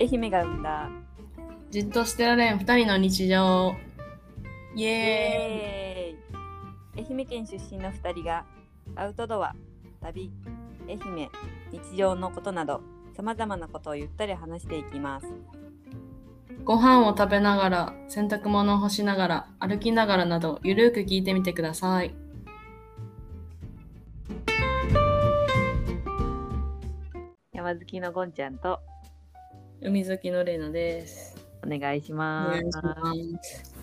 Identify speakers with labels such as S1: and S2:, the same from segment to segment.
S1: 愛媛が生んだ
S2: じっとしてられん2人の日常イ
S1: イ
S2: エーイ
S1: エーイ愛媛県出身の2人がアウトドア旅愛媛日常のことなどさまざまなことをゆったり話していきます
S2: ご飯を食べながら洗濯物を干しながら歩きながらなどゆるく聞いてみてください
S1: 山好きのゴンちゃんと
S2: 海好きのれいなです
S1: お願いし
S2: お
S1: ま
S2: 願い
S1: す
S2: します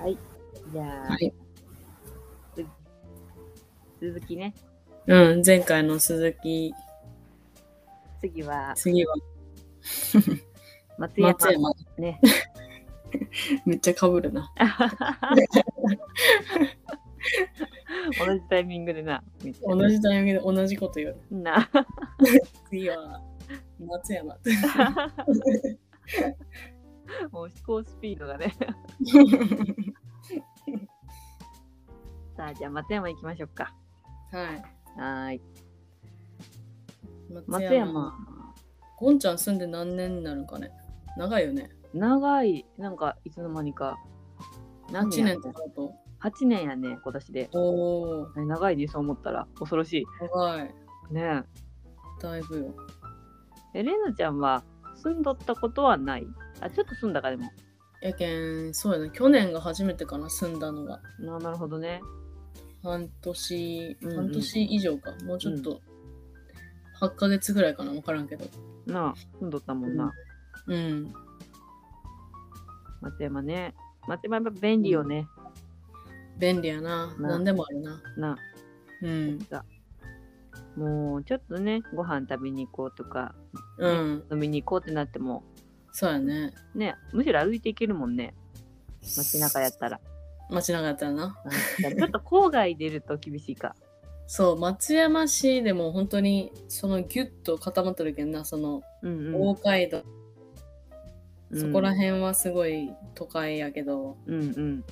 S1: はいじゃあ、
S2: はい
S1: 続きね
S2: うん前回の鈴木
S1: 次は
S2: 次は
S1: 松山
S2: 松山
S1: ね
S2: めっちゃかぶるな
S1: 同じタイミングでなめっちゃ
S2: 同じタイミングで同じこと言う
S1: な
S2: 次は松 山
S1: もう飛行スピードがねさあじゃあ松山行きましょうか
S2: はい
S1: はーい
S2: 松
S1: 松山
S2: ゴンちゃん住んで何年になるんかね長いよね
S1: 長いなんかいつの間にか何
S2: 8年
S1: や
S2: ってこ
S1: 8年やね今年で
S2: とおお
S1: あれ長いでそう思ったら恐ろし
S2: 長い
S1: いね
S2: だいぶよ
S1: ええレナちゃんは住んどったことはないあちょっと住んだかでも
S2: やけんそうやね去年が初めてかな住んだのが
S1: ななるほどね
S2: 半年
S1: うんうん
S2: 半年以上か、もうちょっと、8ヶ月ぐらいかな分からんけど
S1: なあ住んどったもんな、
S2: うん
S1: 松山ね松山やっぱ便利よね、
S2: 便利やな
S1: な
S2: 何でもあるな
S1: なあ
S2: うん
S1: さもうちょっとねご飯食べに行こうとか
S2: うん
S1: 飲みに行こうってなっても
S2: そうやね
S1: ねむしろ歩いていけるもんね街中やったら、
S2: 街中やったらな
S1: うんじゃあちょっと郊外出ると厳しいか
S2: そう松山市でも本当にそのギュッと固まってるけんなその
S1: うんうん
S2: 大街道、
S1: うん
S2: そこら辺はすごい都会やけど
S1: うんうん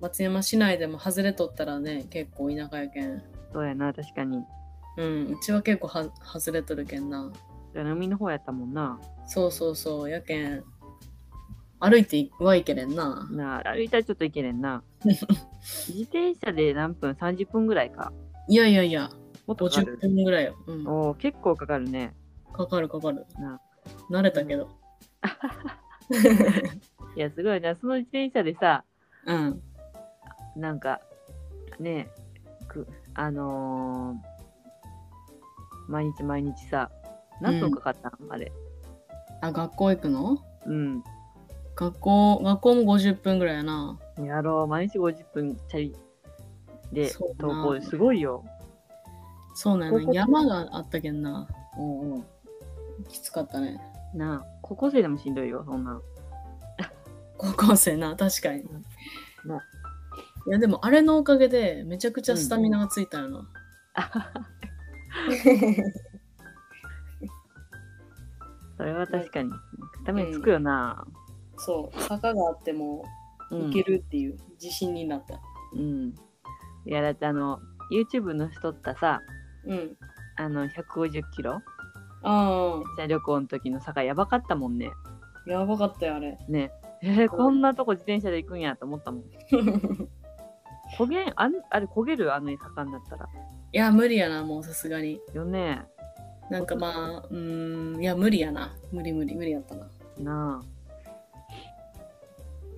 S2: 松山市内でも外れとったらね結構田舎やけん
S1: そうやな確かに
S2: うんうちは結構は外れとるけんな
S1: じゃあ海の方やったもんな
S2: そうそうそうやけん歩いてはいけれんな
S1: なあ歩いたらちょっといけねん な自転車で何分30分ぐらいか
S2: いやいやいや
S1: もっとかかる
S2: 50分ぐらいよ、うん、
S1: おー結構かかるね
S2: かかるかかる
S1: な
S2: 慣れたけど
S1: いやすごいなその自転車でさ
S2: うん
S1: なんかねくあのー毎日毎日さ何分かかったん、あれ
S2: あ学校行くの
S1: うん
S2: 学校学校も50分ぐらいやな
S1: やろう毎日50分チャリで
S2: そうだ
S1: 投
S2: な
S1: 稿すごいよ
S2: そうなんや
S1: 高
S2: な
S1: 校
S2: 山があったけんな
S1: うんうん
S2: きつかったね
S1: なあ高校生でもしんどいよそんなん
S2: 高校生な確かに
S1: うんね
S2: いやでもあれのおかげでめちゃくちゃスタミナがついたよな、
S1: それは確かにためにつくよな、
S2: そう坂があっても
S1: うん、
S2: いけるっていう自信になった
S1: うんいやだってあの YouTube のしとったさ
S2: うん
S1: あの150キロ
S2: あ
S1: 自転車旅行の時の坂やばかったもんね
S2: あやばかったよあれ
S1: ねえーこんなとこ自転車で行くんやと思った もん焦げんあんあれ焦げるあの坂になったら
S2: いや無理やなもうさすがに
S1: よね
S2: なんかまあうーんいや無理やな無理無理無理やったな
S1: な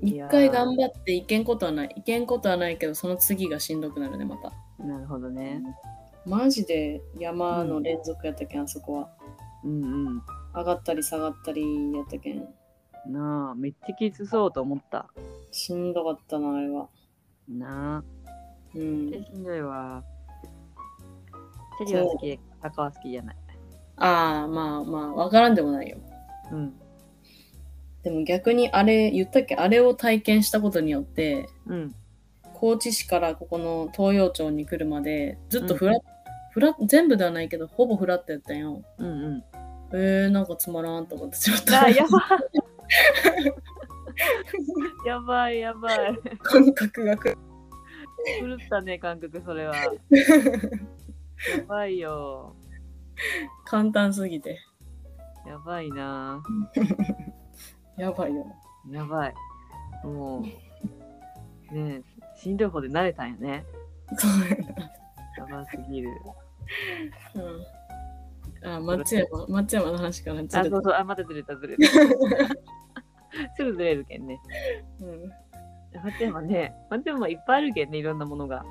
S2: 一
S1: いやー
S2: 回頑張っていけんことはないいけんことはないけどその次がしんどくなるねまた
S1: あなるほどね
S2: マジで山の連続やったけん、あそこは
S1: うんうん
S2: 上がったり下がったりやったけん
S1: なあめっちゃきつそうと思った
S2: しんどかったなあれは
S1: な
S2: う
S1: あし
S2: ん
S1: んどいわチェリーは好きで坂は好きじゃない
S2: ああまあまあわからんでもないよ
S1: うん
S2: でも逆にあれ言ったっけあれを体験したことによって
S1: うん
S2: 高知市からここの東洋町に来るまでずっとフラ,、フラ全部ではないけどほぼフラットやったんよ
S1: うんうん
S2: えー、なんかつまらんと思ってちょっ と
S1: あやばい やばいやばい
S2: 感覚がく
S1: 狂ったね感覚それはやばいよ
S2: 簡単すぎて
S1: やばいな
S2: やばいよ。
S1: ぁやばいもうねえしんどい方で慣れたんやねやばすぎる
S2: うん。あ、松山、松山の話からず
S1: あそ
S2: れた
S1: うそうあまたずれたずれたすぐずれるけんね松山ね松山いっぱいあるけんねいろんなものが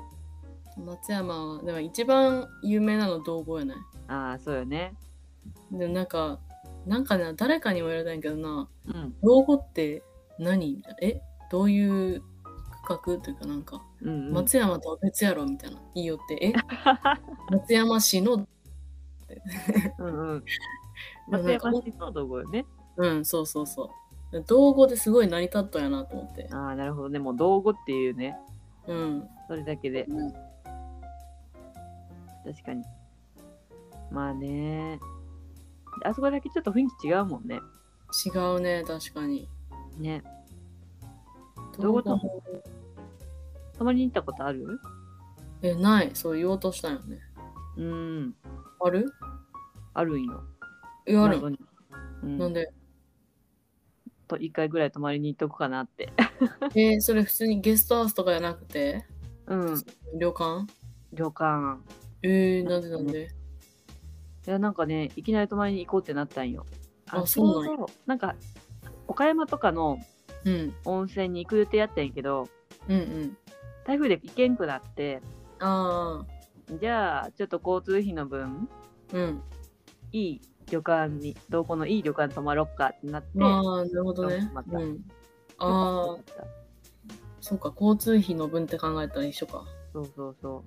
S2: うん松山は、でも一番有名なの道後やない。
S1: ああそうよね
S2: でもなんか、なんかな、誰かにも言われたんやけどな、
S1: うん
S2: 道後って何みたいなえ、どういう区画というかなんか、
S1: うん、うん、
S2: 松山とは別やろみたいな。いいよって、 え、松山市の、
S1: うんうん
S2: なん
S1: 松
S2: か
S1: 山市の道具よね
S2: うん、そうそうそう。道後ですごい成り立ったんやなと思って。
S1: ああなるほどねもう道具っていうね
S2: うん。
S1: それだけで、
S2: うん
S1: 確かにまあねあそこだけちょっと雰囲気違うもんね
S2: 違うね、確かに。
S1: ねどういうこと
S2: 道後
S1: 泊まりに行ったことある
S2: え、ない。そう言おうとしたんよね。
S1: うん
S2: ある
S1: あるんよ
S2: え、ある
S1: 謎にう
S2: なん
S1: ん、
S2: で
S1: と1回ぐらい泊まりに行っとくかなって
S2: えーそれ普通にゲストハウスとかじゃなくて
S1: うん
S2: 旅館
S1: 旅館
S2: えー、なんでなんで
S1: いやなんかねいきなり泊まりに行こうってなったんよ
S2: あそうなん
S1: そうなんか岡山とかの
S2: うん。
S1: 温泉に行く予定やったんやけど
S2: うんうん。
S1: 台風で行けんくなって
S2: ああ。
S1: じゃあちょっと交通費の分
S2: うん。
S1: いい旅館にどこのいい旅館泊まろっかってなって、
S2: ああ、なるほどね
S1: ま。た
S2: うん。ああ、そうか。交通費の分って考えたら一緒か。
S1: そうそうそ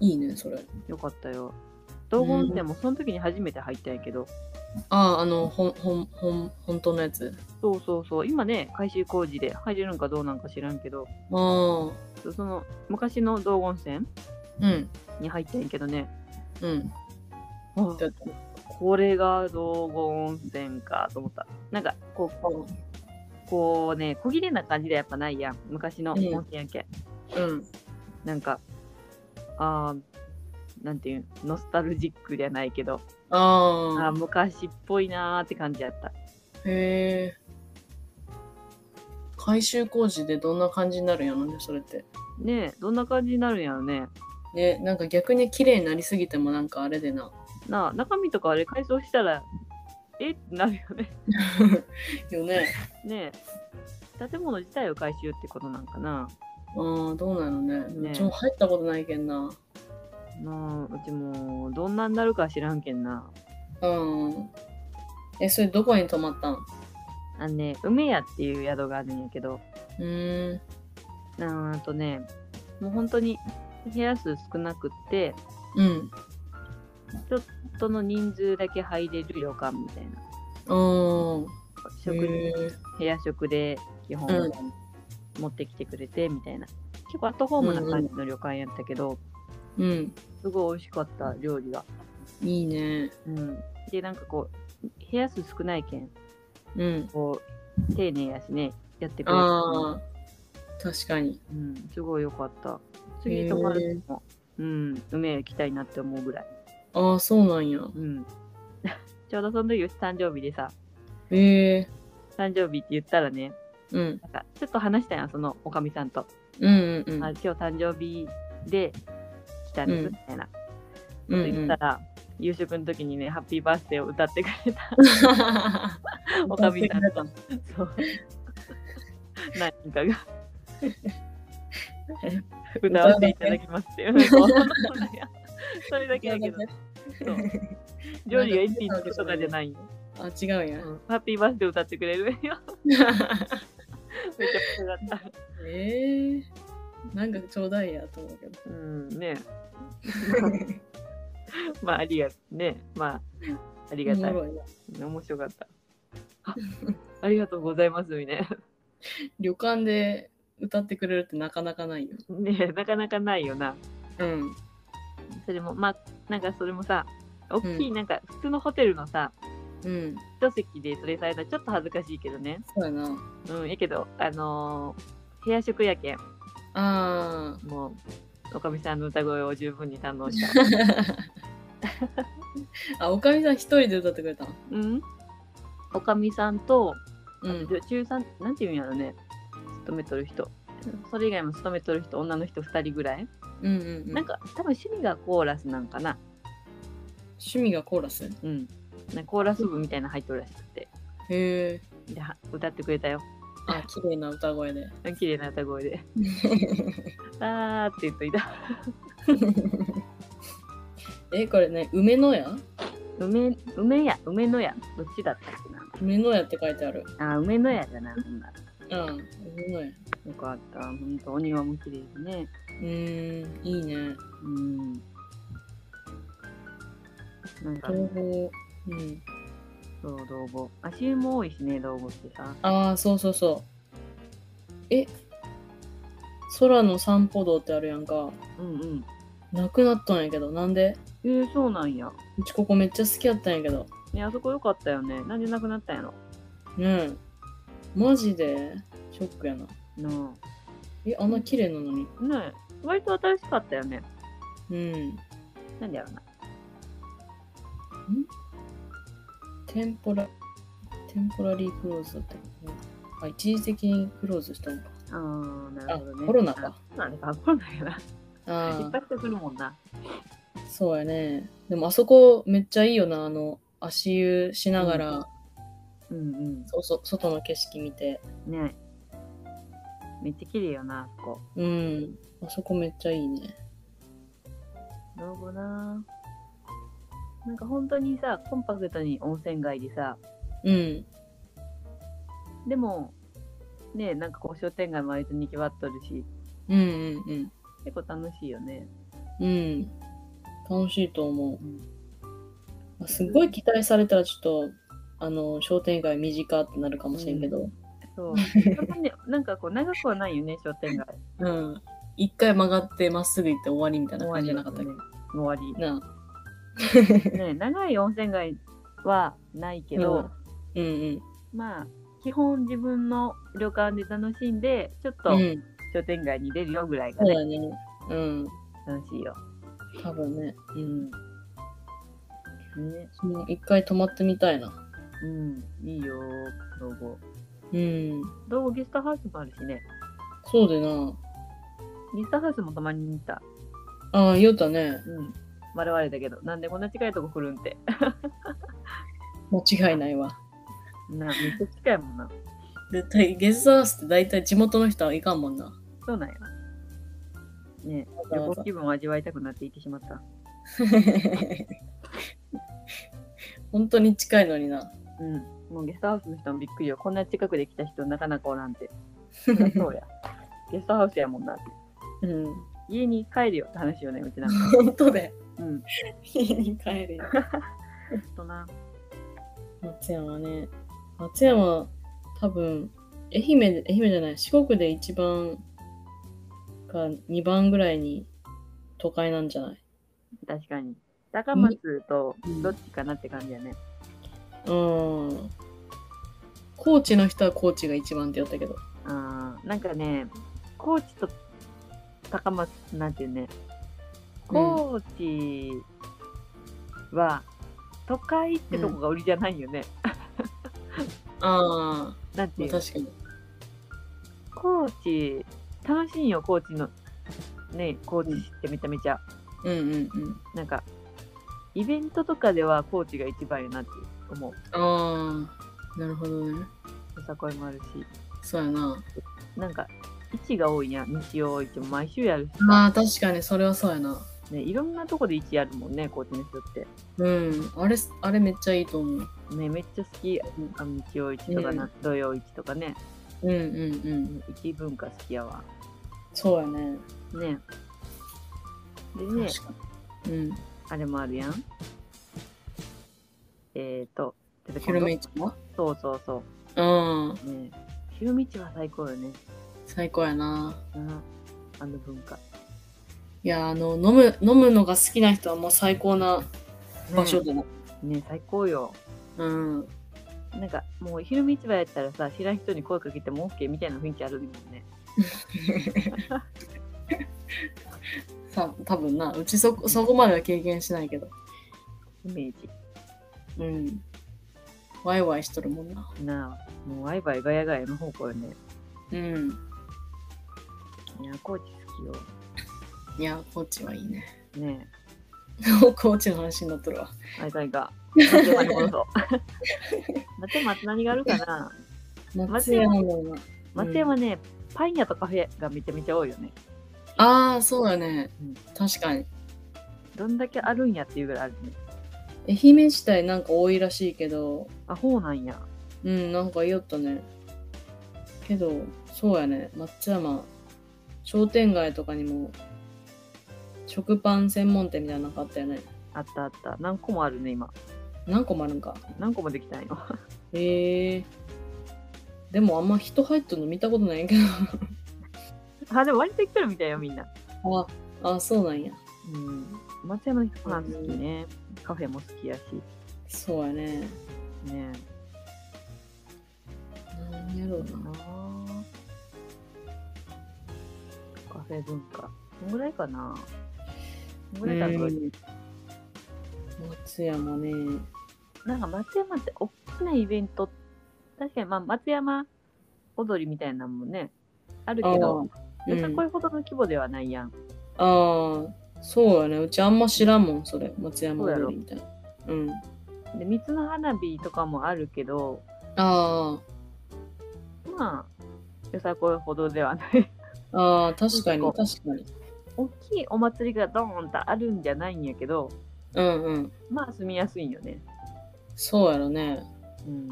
S2: いいね、それ。
S1: うよかったよ道後温泉もその時に初めて入ったんやけど、
S2: ああ、あの、ほん、ほん、ほん、本当のやつ。
S1: そうそうそう今ね改修工事で入れるんかどうなんか知らんけど
S2: ああ。
S1: そうその昔の道後温泉
S2: うん。
S1: に入ったんやけどね
S2: うん。
S1: あ
S2: だ
S1: これが道後温泉かと思ったなんかこうこうこうね小切れな感じでやっぱないやん昔の温泉やけん
S2: うん。
S1: なんか、あーなんていうんノスタルジックじゃないけど、あ
S2: ああ
S1: ー。昔っぽいなーって感じやった。
S2: へえ。改修工事でどんな感じになるんやろね、それって。
S1: ねえ、どんな感じになるんやろね。
S2: ね、なんか逆に綺麗になりすぎてもなんかあれでな。
S1: なあ、中身とかあれ改装したら、えってなるよね。
S2: よね。
S1: ねえ、建物自体を改修ってことなんかな。
S2: ああ、どうなのね。でも
S1: ね
S2: うちも入ったことないけんな。
S1: なあ、うちも、どんなになるか知らんけんな。
S2: うん。え、それどこに泊まったんう
S1: あのね、梅屋っていう宿があるんやけど、
S2: ーん。
S1: なああとね、もう本当に部屋数少なくって、
S2: うん。
S1: 人の人数だけ入れる旅館みたいな。
S2: うん。
S1: 食事
S2: へえ
S1: 部屋食で基本
S2: うん
S1: 持ってきてくれてみたいな、結構アットホームな感じの旅館やったけど、
S2: うん。
S1: すごい美味しかった料理が、
S2: いいね。
S1: うん、でなんかこう部屋数少ないけん
S2: うん。
S1: こう丁寧やしねやってくれて、
S2: ああ。確かに。
S1: うん、すごい良かった次泊まるのも、うん、梅屋行きたいなって思うぐらい、
S2: ああ、そうなんや。
S1: うん ちょうどその時うち誕生日でさ
S2: へえ。
S1: 誕生日って言ったらね
S2: うん。
S1: なんかちょっと話したんやそのおかみさんと
S2: うんうんうん。
S1: あ今日誕生日で来たんです
S2: うん
S1: みたいな
S2: うん
S1: 言ったら、夕食の時にね「ハッピーバースデー」を歌ってくれ た
S2: うん、
S1: おかみさんと
S2: 歌って
S1: そう何人か が
S2: 歌
S1: 歌
S2: わ
S1: わ
S2: せ
S1: せ
S2: て
S1: て
S2: い
S1: いただ
S2: ただ
S1: きましてそれだ
S2: く
S1: け
S2: れ
S1: だ
S2: た
S1: けど そう料理が一品作るとかじゃないよ、
S2: あ、違うやん。
S1: うんハッピーバースデー歌ってくれるよ めっちゃ面白かった
S2: ええなんかちょうだいやと思うけど。
S1: うんね まあありがねまあありがたい
S2: おもろいな
S1: 面白かった。あありがとうございますみたい
S2: 旅館で歌ってくれるってなかなかないよ。
S1: な。 ねえなかなかないよな。
S2: うん。
S1: それも、まあ、なんかそれもさ、大きい、なんか普通のホテルのさ、
S2: うん。
S1: 一席でそれされたらちょっと恥ずかしいけどね。
S2: そうやな。
S1: うん、いいけど、あのー部屋食やけん、
S2: あ
S1: もう、おかみさんの歌声を十分に堪 能した。
S2: あ。あ、おかみさん一人で歌ってくれたの
S1: うんおかみさんと、
S2: う
S1: あと
S2: ん。
S1: 女中さんなんていうんやろね勤めとる人それ以外も勤めとる人女の人2人ぐらい、
S2: うんうん
S1: なんか多分趣味がコーラスなんかな
S2: 趣味がコーラスへ
S1: うんなんかコーラス部みたいなの入っとるらしくて
S2: え。
S1: では歌ってくれたよ
S2: あ、綺麗な歌声 で。
S1: 綺麗な歌声で 「あー」って言っといた
S2: え、これね、梅の屋
S1: 梅梅屋梅の屋どっちだったっけな
S2: 梅の屋って書いてある。
S1: あー梅の屋だなほんなら
S2: うん、梅の屋。
S1: よかったほんとお庭も綺麗でね
S2: うーん、いいね。
S1: うんなんか
S2: 情報。うん。
S1: そう道後足湯も多いしね道後ってさ
S2: ああ、そうそうそう。え、空の散歩道ってあるやんか。
S1: うんうん
S2: なくなったんやけど、なんで
S1: えー、そうなんや。
S2: うちここめっちゃ好きやったんやけど。
S1: ね、あそこ良かったよね。なんでなくなったんやろ。
S2: ねえ。マジでショックやな。
S1: な
S2: え、あんな綺麗なのに。
S1: あ。ねえ割と新しかったよね。
S2: うん。
S1: なんでやろな。
S2: テンポラ、テンポラリークローズだったっけなあ、一時的にクローズしたのか。
S1: あー、なるほどね。
S2: あコロナか
S1: あ。そうなんだか、コロナやな。
S2: あ
S1: 一
S2: あ、
S1: 発するもんな。
S2: そうやね。でもあそこめっちゃいいよな。あの、足湯しながら、
S1: うん
S2: そうそう、外の景色見て。
S1: うん。ねえめっちゃ綺麗よな、あそこ。
S2: うん。あそこめっちゃいいね。
S1: 道後な。なんか本当にさ、コンパクトに温泉街でさ、
S2: うん。
S1: でも、ねえなんかこう商店街も割とにぎわっとるし、
S2: うんうん
S1: 結構楽しいよね。
S2: うん。うん。楽しいと思
S1: うん
S2: う。まあすごい期待されたらちょっと、あの、商店街短ってなるかもしれんけど。
S1: そう。そんなね、 なんかこう長くはないよね、商店街。
S2: うん。一、回曲がってまっすぐ行って終わりみたいな
S1: 終わ
S2: 感
S1: り
S2: じじ
S1: じ
S2: ゃ
S1: ゃ
S2: な
S1: な
S2: か
S1: かっ
S2: っ
S1: たた
S2: っ
S1: っ
S2: け
S1: け終わり。
S2: なあ。
S1: ね、長い温泉街はないけど、
S2: うんうん。
S1: まあ、基本自分の旅館で楽しんで、ちょっと
S2: うん、
S1: 商店街に出るよぐらいが
S2: そう
S1: ね、
S2: だね。うん。
S1: 楽しいよ。
S2: 多分ね。
S1: う
S2: う。
S1: んん。ね、
S2: その一回泊まってみたいな。
S1: うん、いいよ、道後。
S2: うん。
S1: 道後ゲストハウスもあるしね、
S2: そうでな。
S1: ゲストハウスもたまに見た。
S2: ああ、言うたね。
S1: うん。笑われたけど、なんでこんな近いとこ来るんって。
S2: 間違いないわ。
S1: な、めっちゃ近いもんな。
S2: 絶対、ゲストハウスって大体地元の人はいかんもんな。
S1: そうなんや。ね、
S2: わざ
S1: 旅
S2: わざ
S1: 行気分を味わいたくなって行ってしまった。
S2: 本当に近いのにな。
S1: うん。もうゲストハウスの人もびっくりよ。こんな近くで来た人なかなかおらん て。そりゃそうや。ゲストハウスやもんなって。
S2: うん。
S1: 家に帰るよって話よね、うちなん か。
S2: 本当で。
S1: うん。ち
S2: 家に帰るよ。
S1: ょっとな。
S2: 松山ね。松山、多分、愛媛で、愛媛じゃない、四国で一番か二番ぐらいに都会なんじゃない
S1: 確かに。高松とどっちかなって感じやね。
S2: うん。高知の人は高知が一番って言ったけど。
S1: あーなんかね、高知と高松なんていうね、高知は都会ってとこが売りじゃないよね。
S2: ああ、
S1: なんて
S2: ま
S1: い
S2: あ
S1: うの
S2: 確かに。
S1: 高知楽しいよ高知のね高知市ってめちゃめちゃ、
S2: うんうんうん。
S1: なんかイベントとかでは高知が一番やなって思う
S2: ああ、なるほどね。
S1: よさこいもあるし
S2: そうやな。
S1: なんか市が多いやん日曜市も毎週やるしさ、
S2: まあ確かにそれはそうやな。
S1: ね、いろんなとこで市やるもんね高知の人って
S2: うん。あれ、あれめっちゃいいと思う。
S1: ねめっちゃ好きあの日曜市とかな、
S2: う
S1: 土曜市とかね
S2: うんうんうん。
S1: 市文化好きやわ
S2: そうやね。
S1: ねでね
S2: 確かに。うん。
S1: あれもあるやんえっ、ー、と
S2: 広め市も
S1: そうそうそう
S2: うん。
S1: ね清道は最高よね。
S2: 最高やな。
S1: うんあの文化。
S2: いや、あの、飲む、飲むのが好きな人はもう最高な場所だな。
S1: ね最高よ。
S2: うん。
S1: なんかもう昼道場やったらさ知らん人に声かけても OK みたいな雰囲気あるもんね。
S2: た多分な。うちそ、そこまでは経験しないけど。
S1: イメージ。
S2: うん。ワイワイしとるもんな。
S1: なあ、もうワイワイガヤガヤの方向よね。
S2: うん。
S1: いや、高知好
S2: いや、コーチはいいね。
S1: きよ。ね
S2: コーチの話になっとるわ。
S1: え、あいたいか。松山に戻そう。松山って何があるかな
S2: 松山もな。
S1: 松山ね、パン屋とカフェがめちゃめちゃ多いよね。
S2: ああ、そうだね
S1: うん。
S2: 確かに。
S1: どんだけあるんやっていうぐらいあるね。
S2: 愛媛自体なんか多いらしいけど、
S1: あ、ほうなんや。
S2: うん、なんか言いよったね。けど、そうやね。松山、商店街とかにも、食パン専門店みたいなのがあったよね。
S1: あったあった。何個もあるね、今。
S2: 何個もあるんか。
S1: 何個もできたんよ。
S2: へえ。でもあんま人入っとるの見たことないんやけ
S1: あ、でも割と行ってるみたいよ、みんな。
S2: ど。 ああ、そうなんや。
S1: うん。松山の人パン好きね。カフェも好きやし。
S2: そうやね。
S1: ね
S2: なんやろう
S1: え。
S2: な。
S1: なあカフェ文化。こんぐらいかな。こんぐらいだろう
S2: うん松山ね。
S1: なんか松山って大きなイベント、確かにまあ松山踊りみたいなのもね、あるけど、
S2: う
S1: 別
S2: ん
S1: にこれほどの規模ではないやん。
S2: ああ、そうやね。うちあんま知らんもん、それ。松山踊りみたいな。うん。
S1: で、三つの花火とかもあるけど、
S2: あ
S1: まあ、よさこいほどではない。
S2: あ、ああ、確かに、
S1: そ
S2: 確
S1: うそ
S2: かに。
S1: 大きいお祭りがドーンとあるんじゃないんやけど、
S2: うんうん。
S1: まあ住みやすいんよね。
S2: そうやろね。
S1: うん。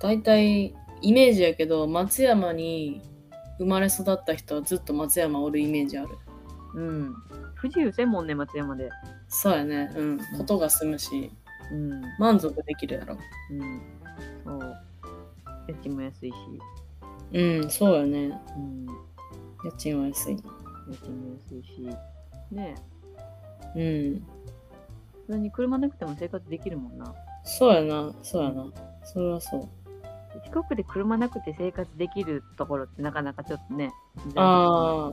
S2: 大体、イメージやけど、松山に生まれ育った人はずっと松山おるイメージある。
S1: うん。不自由せんもんね、松山で。
S2: そうやね。うん。ことが済むし、
S1: うん。
S2: 満足できるやろ。
S1: うん。そう。家賃も安いし。
S2: うん、そうやね。
S1: うん。
S2: 家賃は安い。
S1: 家賃も安いし。ねえ
S2: うん。
S1: 普通に車なくても生活できるもんな。
S2: そうやな、そうやな。それはそう。
S1: 四国で車なくて生活できるところってなかなかちょっとね。
S2: ああ、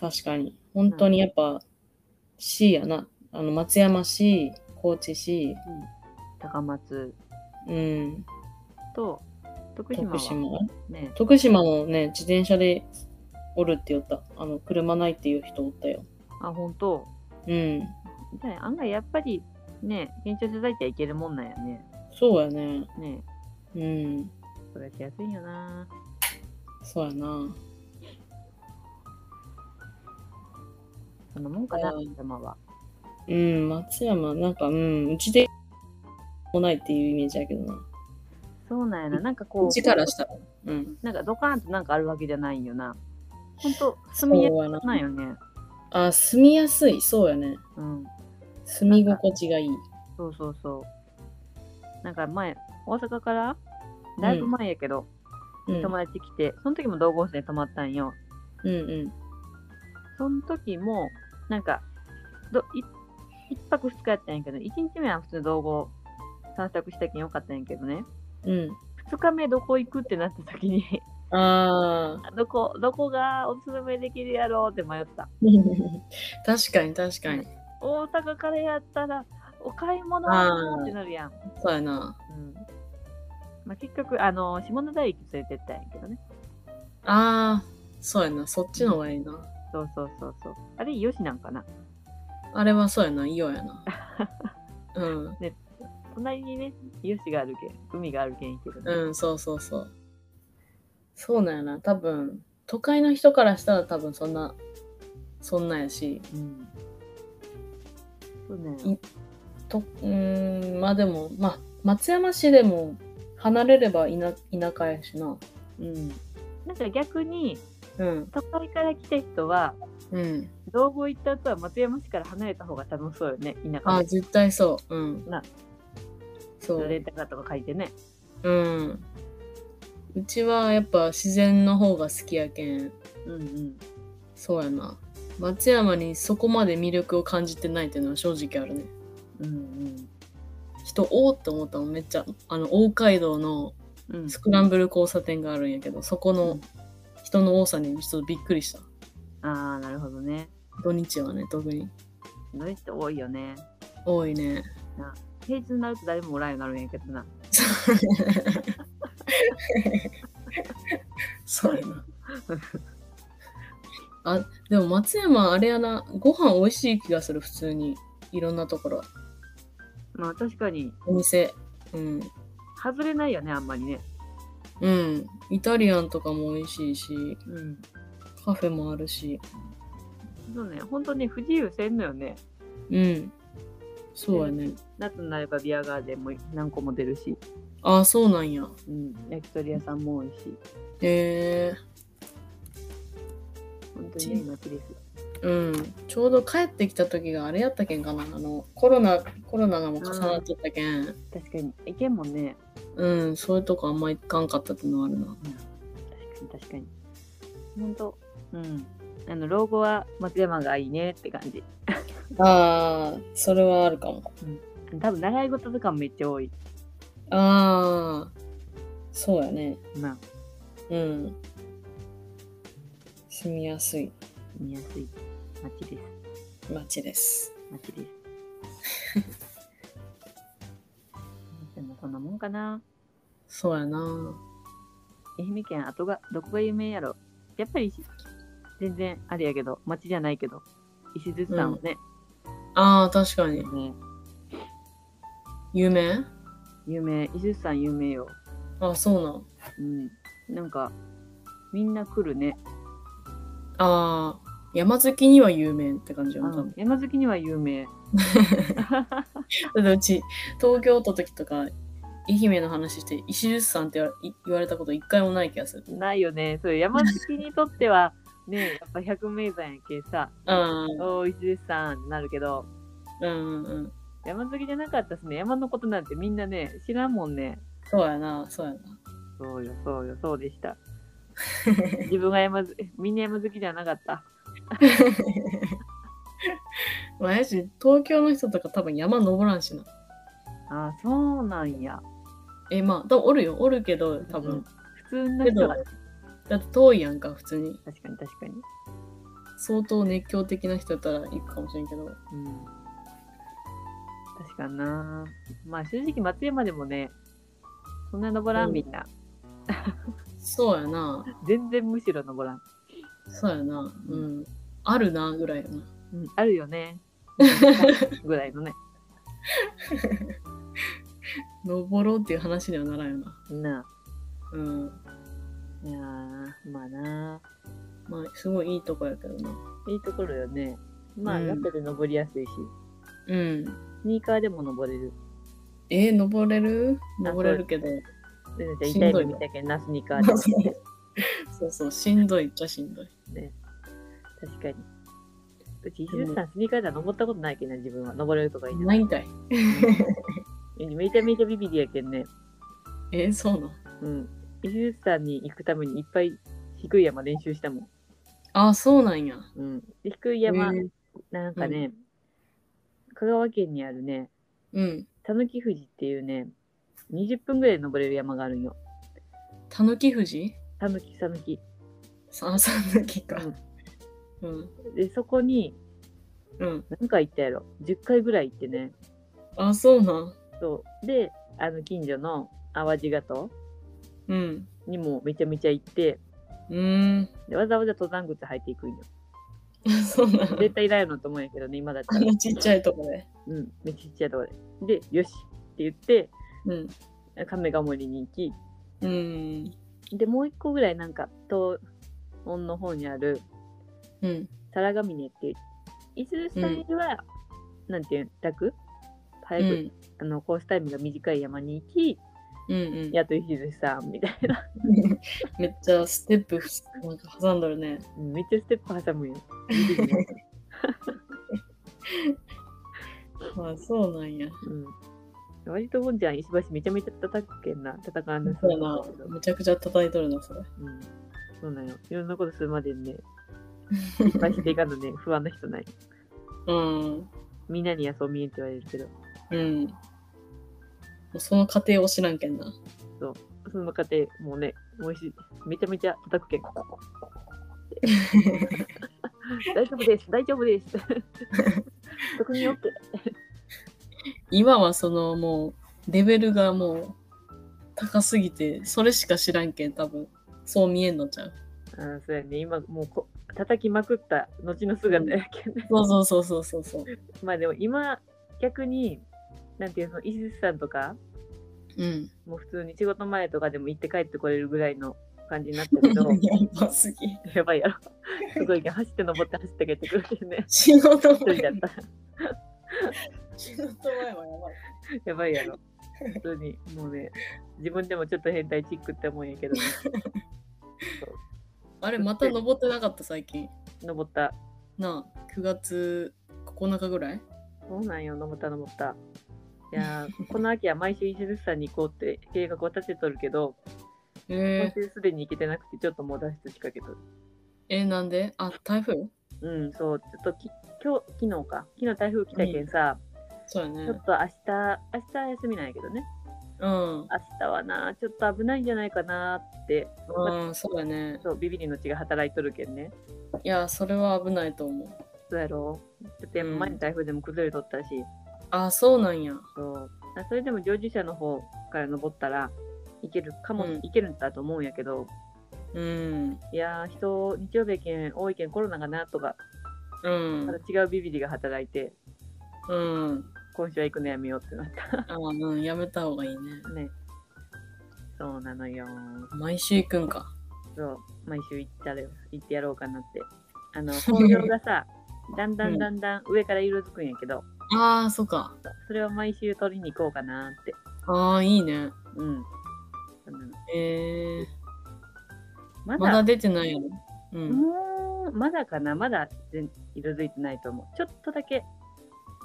S2: 確かに。本当にやっぱ、C やな。あの、松山市、高知市、
S1: 高松
S2: うん、
S1: と徳島は
S2: 徳島。
S1: ね。
S2: 徳島もね、自転車でおるって言った。あの、車ないっていう人おったよ。
S1: あ、本当。
S2: うん。
S1: みたいな案外やっぱりね、現地世代ってはいけるもんなんやね。
S2: そうやね。
S1: ね
S2: うん。
S1: えそれって安いよな。
S2: そうやな。
S1: そんなもんかな、
S2: うん
S1: 山は。
S2: うん、松山、なんか、うん、うちでもないっていうイメージやけどな。
S1: そうなんやな。なんかこ
S2: う
S1: う
S2: ち、からしたら。うん。
S1: なんかドカーンとなんかあるわけじゃないんよな。ほんと、住
S2: そう
S1: みや
S2: やな
S1: す。くないよね。
S2: あ、住みやすい。そうやね。
S1: うん。
S2: 住み心地がいい。
S1: そうそうそう。なんか前、大阪からだいぶ前やけど、
S2: うん。うん
S1: 友達来て、その時も道後温泉泊まったんよ。
S2: うん。
S1: その時も、なんか、どい一泊二日やったんやけど、一日目は普通に道後散策したけんよかったんやけどね、
S2: うん。
S1: 二日目どこ行くってなった時に、
S2: ああ、
S1: あどこ、どこがおすすめできるやろうって迷った。
S2: 確かに確かに。
S1: 大阪からやったら、お買い物
S2: あー
S1: ってなるやん。
S2: そうやな。
S1: うんまあ、結局、あの下田駅連れてったんやけどね。
S2: ああ、そうやな。そっちの方がいいな。
S1: そうそうそうそう。あれ、よしなんかな。
S2: あれはそうやな。いよや な。うん。
S1: 隣にね、よしがあるけん、海があるけんいいけどね。
S2: うん、そうそうそう。そうなんやな。多分、都会の人からしたら多分そんな、そんなやし。
S1: うん。そうね。
S2: いと、うーん、まあでも、まあ、松山市でも離れれば田田舎やしな。
S1: うん。なんか逆に、
S2: うん。
S1: 都会から来た人は、
S2: うん。
S1: 道後行った後は松山市から離れた方が楽しそうよね、田
S2: あ
S1: 舎
S2: あ、
S1: で。
S2: 絶対そう。うん。
S1: な
S2: そう。
S1: レンタカーとか書いてね。
S2: うん。うちはやっぱ自然の方が好きやけん。
S1: うんうん。
S2: そうやな。松山にそこまで魅力を感じてないっていうのは正直あるね。
S1: うん
S2: 人おーって思ったのめっちゃ、あの、大街道の
S1: うん。うん
S2: スクランブル交差点があるんやけど、そこの人の多さにちょっとびっくりした。
S1: ああ、なるほどね。
S2: 土日はね、特に。
S1: 乗り人多いよね。
S2: 多いね。
S1: 平日になると誰もおらんようになるんやけどな。
S2: そうやな。 あ、でも松山あれやな、ご飯美味しい気がする、普通に。いろんなところ。
S1: まあ確かに、
S2: お店。うん。
S1: 外れないよね、あんまりね。
S2: うん。イタリアンとかも美味しいし、
S1: うん。
S2: カフェもあるし。
S1: そうね、本当に不自由せんのよね。
S2: うん。そうやね。
S1: 夏になればビアガーデンも何個も出るし、
S2: ああ、そうなんや。
S1: うん、焼き鳥屋さんも多いし、
S2: へえ。
S1: 本当にいい街ですよ。
S2: うん。ちょうど帰ってきた時があれやったけんかな。あの、コロナ、コロナがもう重なっとったけん。
S1: 確かに、行けんもんね。
S2: うん、そういうとこあんま行かんかったっていうのはあるな。
S1: 確かに確かに。本当、うん。あの老後は松山がいいねって感じ。
S2: ああ、それはあるかも。
S1: 多分習い事とかもめっちゃ多い。
S2: ああ、そうやね。
S1: まあ、
S2: うん。住みやすい
S1: 見やすい街です。
S2: 街です。
S1: 街です。でもそんなもんかな。
S2: そうやな。
S1: 愛媛県後がどこが有名やろやっぱり石全然あれやけど町じゃないけど石津さんはね,、
S2: ああ、確かに。
S1: ね
S2: 有名
S1: 有名石津さん有名よ、
S2: ああ、そうなん。
S1: うん、なんかみんな来るね、
S2: ああ、山好きには有名って感じよ
S1: う
S2: な、多
S1: ん
S2: 分、
S1: 山好きには有名
S2: だってうち、東京おった時とか、愛媛の話して、石臼さんって言われい言われたこと一回もない気がする。
S1: ないよねそう山好きにとって はねやっぱ百名山やけさ「
S2: ああ、
S1: おー石津さん」ってなるけど
S2: うんうんうん。
S1: 山好きじゃなかったっすね山のことなんてみんなね知らんもんね
S2: そうやな、そうやな。
S1: そうよそうよそうでした 自分が山ずみんな山好きじゃなかった
S2: まあ、やし、東京の人とか多分山登らんしな。
S1: あーそうなんや。
S2: え、まあ、多分おるよ、おるけど、多分。
S1: うん普通の人が
S2: けだって遠いやんか、普通に。
S1: 確かに確かに。
S2: 相当熱狂的な人だったら行くかもしれんけど。
S1: うん。確かにな。まあ正直松山でもね、そんな登ら
S2: うんん
S1: みんな。
S2: そうやな、
S1: 全然むしろ登らん。
S2: そうやな、うん。あるな、ぐらいよな。
S1: うん、あるよ ね。ぐらいのね。
S2: 登ろうっていう話にはならんよな。
S1: な
S2: うん。
S1: あ。いやーまあな
S2: まあ、すごいいいとこやけどな。
S1: いいところよね。まあ、
S2: うん
S1: ラップで登りやすいし、
S2: うん。
S1: スニーカーでも登れる。
S2: えー登れる登れるけど。
S1: でじゃあ
S2: しん
S1: 痛
S2: どい
S1: い目見たけんな、スニーカーでも。
S2: そうそう、しんどいっちゃしんどい。
S1: ね、確 かに。うち、石田さん、スニーカーでは登ったことないけんな、自分は。登れるとかいいな。
S2: ないんかい。
S1: めちゃめちゃビビりやけんね。
S2: えーそうなん。
S1: うん。石津さんに行くためにいっぱい低い山練習したもん。
S2: あー、そうなんや。
S1: うん。で低い山、
S2: えー
S1: なんかね、香川県にあるね、
S2: うん。
S1: たぬき富士っていうね、20分ぐらい登れる山があるんよ。
S2: たぬき富士
S1: たぬき、たぬき。
S2: あ、さぬきか。うん。
S1: で、そこに、
S2: うん。
S1: 何回行ったやろ。10回ぐらい行ってね。
S2: あ、そうなん。
S1: そう。で、あの、近所の淡路ヶ島
S2: うん。
S1: にもめちゃめちゃ行って、
S2: うーん。
S1: でわざわざ登山靴履いていくんよ。
S2: そうなん。
S1: 絶対いらんやろと思うんやけどね、今だった
S2: あ
S1: ら。
S2: のちっちゃいとこで。
S1: うん、めっちゃちっちゃいとこで。で、よしって言って、
S2: うん。
S1: 亀ヶ森に行き、
S2: うん。
S1: で、もう一個ぐらいなんか、東門の方にある、
S2: うん。
S1: 皿ヶ峰っていう、伊豆さんよりは、なんていうの、楽
S2: う
S1: 早く、
S2: ん。
S1: あの、コースタイムが短い山に行き、
S2: うん。
S1: やっと伊豆さんみたいな。
S2: めっちゃステップなんか挟んどるね。
S1: うんめっちゃステップ挟むよ。
S2: まあそうなんや。
S1: うん。割ともんじゃん、石橋めちゃめちゃ叩くけんな。叩かんな
S2: そう
S1: な
S2: や
S1: んだ
S2: な
S1: けど。。
S2: めちゃくちゃ叩いとるな、それ。
S1: うん。そうなんよ。いろんなことするまでにね、失敗していかんのね、不安な人ない。
S2: うん。
S1: みんなにはそう見えんって言われるけど、
S2: うん。もうその過程を知らんけんな。
S1: その過程、もうね、もうしめちゃめちゃ叩くけん、ここここここ大丈夫です、大丈夫です。特に OK。
S2: 今はそのもう、レベルがもう、高すぎて、それしか知らんけん、多分。そう見えんのちゃう。
S1: うん、そうやね。今、もうこ叩きまくった後の姿やけどね。
S2: そうそうそうそうそうそう。
S1: まあでも今、逆に、なんていうの、伊勢さんとか、
S2: うん。
S1: もう普通に仕事前とかでも行って帰ってこれるぐらいの感じになったけど、
S2: やばすぎ。
S1: やばいやろ。すごいね。走って登って走って帰ってくるけどね。
S2: 仕事
S1: 一人だ
S2: 前
S1: っ。たら。
S2: 仕事前はやばい。
S1: やばいやろ。本当に、もうね、自分でもちょっと変態チックって思うんやけど、ね、
S2: あれ、また登ってなかった、最近。
S1: 登った。
S2: なあ、9月9日ぐらい
S1: そうなんよ、登った登った。いやーこの秋は毎週石寿さんに行こうって計画を立てとるけど、今
S2: えー、
S1: 週すでに行けてなくて、ちょっともう脱出しかけとる。
S2: えー、なんであ、台風
S1: うん、そう、ちょっとき今日、昨日か。昨日台風来たけんさ、
S2: そうや
S1: ちょ
S2: ね
S1: っ。と明日、明日休みなんやけどね。
S2: うん。
S1: 明日はな、ちょっと危ないんじゃないかなって、
S2: うん、そうやね。
S1: そう、ビビリの血が働いとるけんね。
S2: いや、それは危ないと思う。
S1: そうやろちょっとやっぱ前の台風でも崩れとったし、
S2: あ、そうなんや。
S1: そうあそれでも乗事者の方から登ったらいけるかも、
S2: うん
S1: いけるんだと思うんやけど
S2: うん。
S1: いやー人日曜日やけん多いけんコロナがなとか
S2: う
S1: ま
S2: ん。
S1: た違うビビリが働いて
S2: うん。
S1: 今週は行くのやめようってなっ
S2: あうん、やめた方がいいね。
S1: たねそうなのよ
S2: 毎週行くんか。
S1: そう毎週行ったら行ってやろうかなってあの工場がさだんだんだんだん上から色づくんやけど、
S2: ああ、そうか。
S1: それを毎週取りに行こうかなって
S2: ああ、いいね。
S1: うんそんなの
S2: えー、
S1: ま
S2: まだ出てないやろ。う。
S1: うんーんまだかなまだ全色づいてないと思うちょっとだけ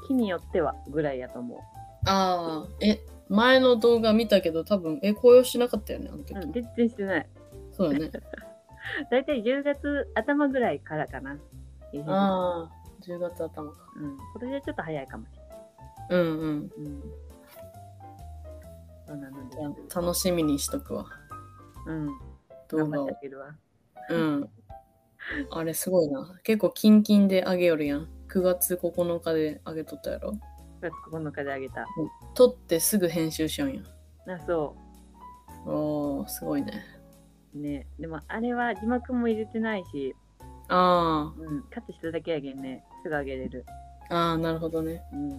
S1: 木によってはぐらいやと思
S2: ああ、え、前の動画見たけど、多分、え、紅葉しなかったよね、あの時。
S1: う、うん、全然してない
S2: そうよね。
S1: 大体10月頭ぐらいからかなあ、
S2: ああ、10月頭か。
S1: うん、今年はちょっと早いかもしれない、
S2: うんうん。
S1: うん、そうなので
S2: じゃあ楽しみにしとくわ。
S1: うん
S2: 動
S1: 頑
S2: 画
S1: 張っ
S2: を
S1: て。あげるわ
S2: うん。あれすごいな。結構キンキンであげよるやん。9月9日であげとったやろ。
S1: 9月9日であげた
S2: 撮ってすぐ編集しよんやん。
S1: あそ
S2: おー、すごいね。
S1: うねでもあれは字幕も入れてないし、
S2: あ
S1: うん、カットしただけやげんねすぐあげれる
S2: あ、ああ、なるほどね。
S1: うん。そ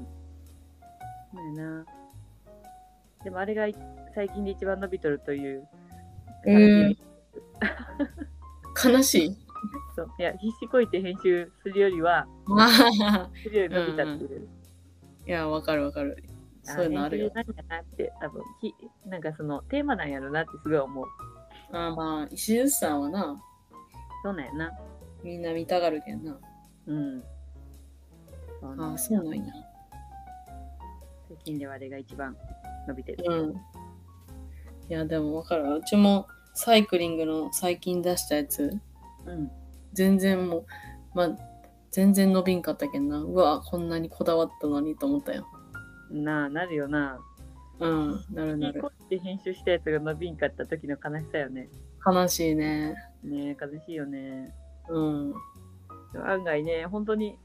S1: うやな。でもあれがい最近で一番伸びとるという。
S2: えー悲しい。
S1: そういや、必死こいて編集するよりは、
S2: あ
S1: するより伸びたっていう。
S2: ーいや、わかるわかる。そういうのあるよ。
S1: 編集なんやなって、多分きなんかそのテーマなんやろなってすごい思う。
S2: ああまあ、石津さんはな、
S1: そうなんやな。
S2: みんな見たがるけんな。
S1: うん。そうなん
S2: あ
S1: や
S2: あ、そうなんや。
S1: 最近ではあれが一番伸びてる。
S2: うん。いや、でもわかるわ。うちもサイクリングの最近出したやつ、
S1: うん。
S2: 全然もう、まあ、全然伸びんかったけんな。うわ、こんなにこだわったのにと思ったよ。
S1: なあ、なるよな。
S2: うん、なるな
S1: 必死
S2: る
S1: こ。いて編集したやつが伸びんかった時の悲しさよね。
S2: 悲しいね。
S1: ねえ、悲しいよね。
S2: うん。
S1: でも案外ね、本当に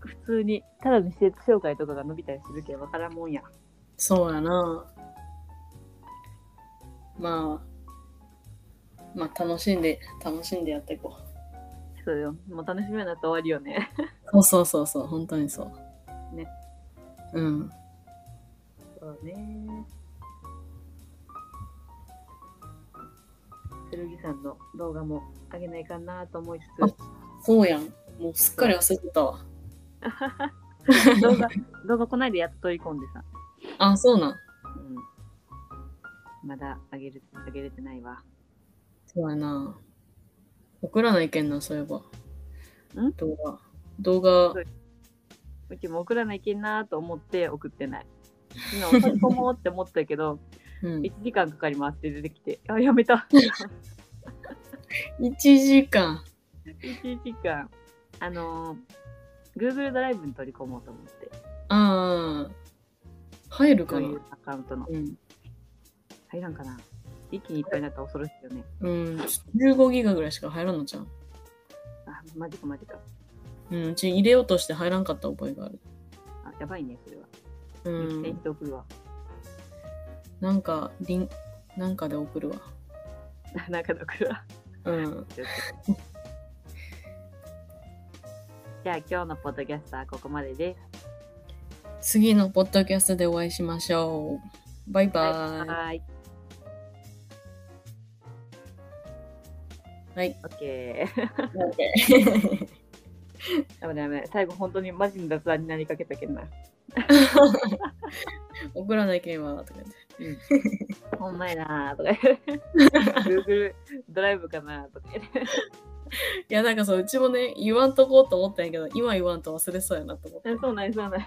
S1: 普通にただの施設紹介とかが伸びたりするけど分からんもんや。
S2: そうやな。まあ、まあ楽しんで、楽しんでやっていこう。
S1: そうよ。もう楽しみになって終わりよね。
S2: そうそうそうそう、本当にそう。
S1: ね。
S2: うん。
S1: そうね。剣さんの動画も上げないかなと思いつ
S2: そうやん。もうすっかり忘れてたわ。
S1: つ、動画、動画こないでやっと取り込んでさ。
S2: あ、そうなん。
S1: うん。まだ上げる、上げれてないわ。
S2: そうやな。送らないけんな、そういえば。
S1: ん
S2: 動画。動画
S1: そう、うちも送らないけんなと思って送ってない。昨日、取り込もうって思ったけど、
S2: うん、
S1: 1時間かかりますって出てきて、あ、やめた。
S2: 1時間。
S1: 1時間あのー Google ドライブに取り込もうと思って
S2: ああ。入る
S1: そ
S2: か
S1: う
S2: な
S1: いうアカウントの
S2: うん。
S1: 入らんかな一気にいっぱいになったら恐ろしいよね
S2: うん。15ギガぐらいしか入らんのじゃん。
S1: あマジかマジか
S2: うん、うち入れようとして入らんかった覚えがある。
S1: あやばいねそれは
S2: う
S1: 適当に
S2: ん。
S1: 送るわ
S2: なんか、リン、なんかで送るわ。
S1: なんかの黒
S2: うん。
S1: じゃあ今日のポッドキャストはここまでです。
S2: 次のポッドキャストでお会いしましょう。バイバイ。
S1: はい。
S2: はい。
S1: オッケー。 ダメダメ。最後本当にマジに雑談になりかけたけんな。
S2: 送らなければとか言って。
S1: ほんまやなーと か言って。Google ドライブかなーとか言って。
S2: いや、なんかそう、うちもね、言わんとこうと思ったんやけど、今言 わんと忘れそうやなと思って。
S1: そうなんやそうなんや。